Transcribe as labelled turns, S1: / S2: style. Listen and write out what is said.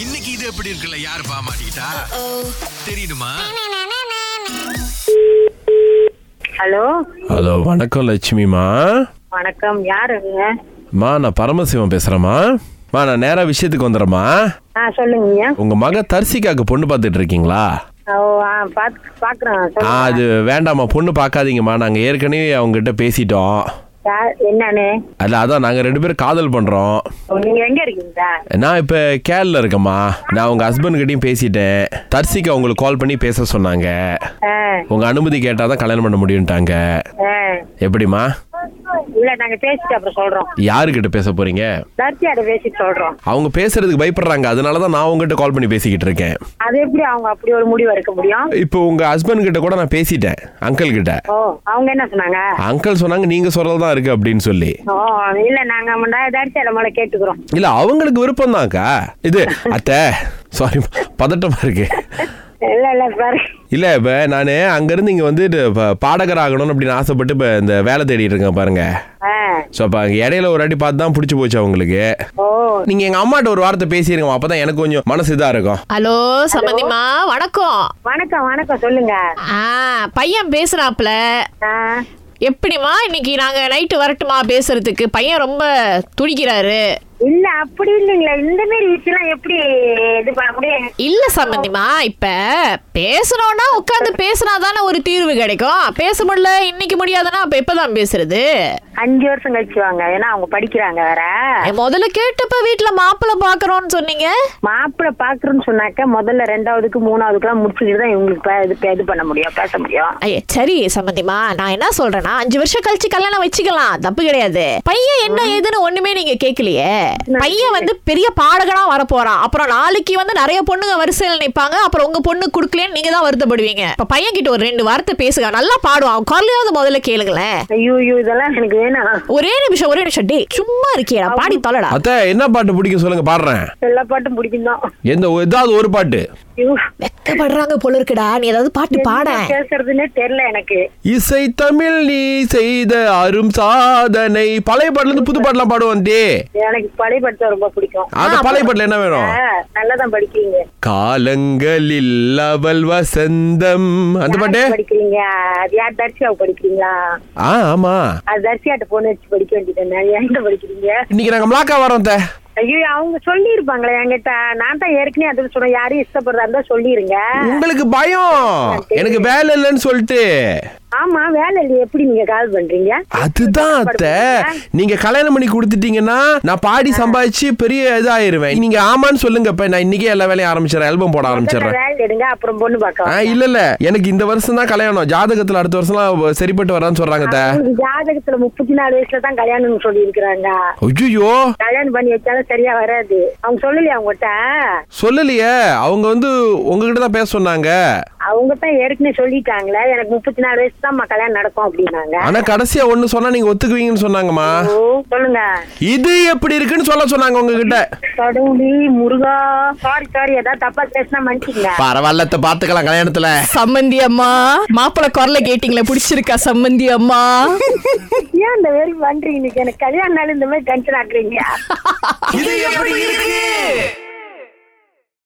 S1: இன்னைக்கு இது எப்படி இருக்குல்ல யாரு பாமாட்டா தெரியணுமா
S2: ஹலோ
S3: ஹலோ வணக்கம் லட்சுமிமா
S2: வணக்கம் யாருங்க
S3: மா நான் பரமசிவம் பேசுகிறேம்மா மா நான் நேராக விஷயத்துக்கு வந்துடுறேம்மா
S2: ஆ சொல்லுங்க
S3: உங்கள் மக தர்சிகாக்கு பொண்ணு பார்த்துட்டு இருக்கீங்களா
S2: ஓ ஆ பாத் பாக்குறேன்
S3: ஆ அது வேண்டாம்மா பொண்ணு பார்க்காதீங்கம்மா நாங்கள் ஏற்கனவே அவங்ககிட்ட பேசிட்டோம்
S2: யார் என்னன்னு
S3: அதில் அதான் நாங்கள் ரெண்டு பேரும் காதல் பண்ணுறோம்
S2: ஓ, நீங்க எங்க இருக்கீங்களா
S3: நான் இப்போ கேரளில் இருக்கேம்மா நான் உங்கள் ஹஸ்பண்ட்கிட்டையும் பேசிட்டேன் தர்சிகா உங்களுக்கு கால் பண்ணி பேச சொன்னாங்க
S2: ஆ,
S3: உங்கள் அனுமதி கேட்டால் தான் கல்யாணம் பண்ண முடியும்ட்டாங்க
S2: ஆ.
S3: எப்படிம்மா
S2: இல்ல நாங்க பேசிட்டு அப்புறம் சொல்றோம்
S3: யாருக்கிட்ட பேச போகிறீங்க
S2: தர்த்தியாட பேசிட்டு சொல்றோம்
S3: அவங்க பேசுறதுக்கு பயப்படுறாங்க அதனால தான் நான் உங்ககிட்ட கால் பண்ணி பேசிக்கிட்டு இருக்கேன்
S2: அது எப்படி அவங்க அப்படி ஒரு முடிவு எடுக்க முடியும்
S3: இப்போ உங்க ஹஸ்பண்ட் கிட்ட கூட நான் பேசிட்டேன் அங்கிள் கிட்ட
S2: ஓ அவங்க என்ன சொன்னாங்க
S3: அங்கிள் சொன்னாங்க நீங்க சொல்றதுதான் தான் இருக்கு அப்படின்னு சொல்லி
S2: ஓ இல்ல நாங்க முன்னா தர்த்தியாட மேல கேட்டுக்கிறோம்
S3: இல்ல அவங்களுக்கு விருப்பம் தான்க்கா இது அத்தை சாரி பதட்டமா இருக்கு
S2: இல்ல இல்ல பாரு
S3: இல்ல இப்ப நானு அங்கிருந்து இங்க வந்து பாடகர் ஆகணும்னு அப்படின்னு ஆசைப்பட்டு இப்ப இந்த வேலை தேடிட்டு இருக்கேன் பாருங்க
S2: ஆ,
S3: ஸோ அப்ப அங்க இடையில ஒரு வாட்டி பார்த்து தான் பிடிச்சி போச்சு அவங்களுக்கு
S2: ஓ
S3: நீங்க எங்க அம்மாட்ட ஒரு வார்த்தை பேசிருங்க அப்பதான் எனக்கு கொஞ்சம் மனசு இதா இருக்கும்
S4: ஹலோ சமந்திமா வணக்கம்
S2: வணக்கம் வணக்கம் சொல்லுங்க
S4: ஆ பையன் பேசுறாப்ல
S2: ஆ,
S4: எப்படிம்மா இன்னைக்கு நாங்க நைட்டு வரட்டுமா பேசுறதுக்கு பையன் ரொம்ப துடிக்கிறாரு
S2: இல்ல அப்படி இல்லைங்களா இந்த மாதிரி விஷயம் எப்படி இது பண்ண முடியும்
S4: இல்ல சம்பந்திமா இப்ப பேசணும்னா உட்காந்து பேசினாதானே ஒரு தீர்வு கிடைக்கும் பேச முடியல இன்னைக்கு முடியாதுன்னா அப்ப எப்பதான் பேசுறது
S2: அஞ்சு வருஷம் கழிச்சு வாங்க ஏன்னா அவங்க படிக்கிறாங்க வேற
S4: முதல்ல கேட்டப்ப வீட்ல மாப்பிள்ளை பாக்குறோம்னு சொன்னீங்க
S2: மாப்பிள்ளை பாக்குறேன்னு சொன்னாக்க முதல்ல ரெண்டாவதுக்கு மூணாவதுக்குலாம் முடிச்சுட்டு தான் இவங்களுக்கு பே- இது பே- இது பண்ண முடியும் பேச முடியும்
S4: ஐய, சரி சம்பந்திமா நான் என்ன சொல்றேன்னா அஞ்சு வருஷம் கழிச்சு கல்யாணம் வச்சுக்கலாம் தப்பு கிடையாது பையன் என்ன ஏதுன்னு ஒண்ணுமே நீங்க கேட்கலையே பையன் வந்து பெரிய பாடகனா வரப்போறான் அப்புறம் நாளைக்கு வந்து நிறைய பொண்ணுங்க வரிசையில் நிப்பாங்க அப்புறம் உங்க பொண்ணு குடுக்கலன்னு நீங்க தான் வருத்தப்படுவீங்க இப்ப பையன் கிட்ட ஒரு ரெண்டு வார்த்தை பேசுங்க நல்லா பாடுவான் அவன் காலையாவது முதல்ல கேளுங்களேன்
S2: ஐயோ ஐயோ இதெல்லாம் எனக்கு வேணாம்
S4: ஒரே நிமிஷம் ஒரே நிமிஷம் டேய் சும்மா இருக்கியா பாடி தொலைடா
S3: அத்தை என்ன பாட்டு பிடிக்கும் சொல்லுங்க பாடுறேன்
S2: எல்லா பாட்டும் பிடிக்கும் தான்
S3: எந்த ஏதாவது ஒரு பாட்டு
S4: வெக்கப்படுறாங்க போல இருக்குடா நீ ஏதாவது பாட்டு பாட
S2: பேசுறதுன்னே தெரியல எனக்கு
S3: இசை தமிழ் நீ செய்த அரும் சாதனை பழைய பாட்டுல இருந்து புது பாட்டுலாம் பாடுவோம் டே
S2: எனக்கு பழைய படத்தை ரொம்ப பிடிக்கும்
S3: அந்த பழைய பாட்டுல என்ன வேணும்
S2: ஆ, நல்லா தான் படிக்கிறீங்க
S3: காலங்களில் அவள் வசந்தம் அந்த பாட்டு
S2: யார் படிக்கிறீங்க அது யார் தர்ஷியாவை படிக்கிறீங்களா
S3: ஆ ஆமா
S2: அது தர்ஷியாட்ட போன வச்சு படிக்க வேண்டியதுதானே என்கிட்ட படிக்கிறீங்க
S3: இன்னைக்கு நாங்க மிளாக்கா வரோம் தே
S2: ஐயோ அவங்க சொல்லி இருப்பாங்களே என்கிட்ட நான் தான் ஏற்கனவே அதுக்கு சொன்னேன் யாரும் இஷ்டப்படுறதா இருந்தா சொல்லிருங்க
S3: உங்களுக்கு பயம் எனக்கு வேலை இல்லைன்னு சொல்லிட்டு
S2: ஆமா வேலை இல்லையே எப்படி நீங்க கால் பண்றீங்க
S3: அதுதான் அத்தை நீங்க கல்யாணம் பண்ணி கொடுத்துட்டீங்கன்னா நான் பாடி சம்பாதிச்சு பெரிய இதாயிருவேன் நீங்க ஆமான்னு சொல்லுங்க இப்ப நான் இன்னைக்கே எல்லா வேலையும் ஆரம்பிச்சிடறேன் ஆல்பம் போட ஆரம்பிச்சிடறேன்
S2: வேலை எடுங்க அப்புறம் பொண்ணு
S3: ஆ,
S2: பார்க்க
S3: இல்ல இல்ல எனக்கு இந்த வருஷம் தான் கல்யாணம் ஜாதகத்துல அடுத்த வருஷம் சரிப்பட்டு வரான்னு சொல்றாங்க அத்தை.
S2: உங்களுக்கு ஜாதகத்துல முப்பத்தி நாலு வயசுல தான் கல்யாணம் சொல்லி இருக்கிறாங்க
S3: ஐயோ
S2: கல்யாணம் பண்ணி வச்சாலும் சரியா வராது அவங்க சொல்லலையா அவங்ககிட்ட
S3: சொல்லலையே அவங்க வந்து உங்ககிட்ட தான் பேச சொன்னாங்க
S2: அவங்க தான் ஏற்கனவே சொல்லிட்டாங்களே எனக்கு முப்பத்தி நாலு வயசு தான் கல்யாணம் நடக்கும் அப்படின்னாங்க
S3: ஆனா கடைசியா ஒண்ணு சொன்னா நீங்க ஒத்துக்குவீங்கன்னு சொன்னாங்கம்மா
S2: ஓ, சொல்லுங்க
S3: இது எப்படி இருக்குன்னு சொல்ல சொன்னாங்க உங்ககிட்ட
S2: கடவுளி முருகா சாரி சாரி ஏதாவது தப்பா பேசினா மன்னிச்சுங்க
S3: பரவாயில்லத்த பாத்துக்கலாம் கல்யாணத்துல
S4: சம்மந்தி அம்மா மாப்பிள்ள குரல கேட்டிங்களே பிடிச்சிருக்கா சம்மந்தி அம்மா
S2: ஏன் இந்த மாதிரி பண்றீங்க எனக்கு கல்யாணம் நாள் இந்த மாதிரி டென்ஷன் ஆக்குறீங்க
S3: இது எப்படி இருக்கு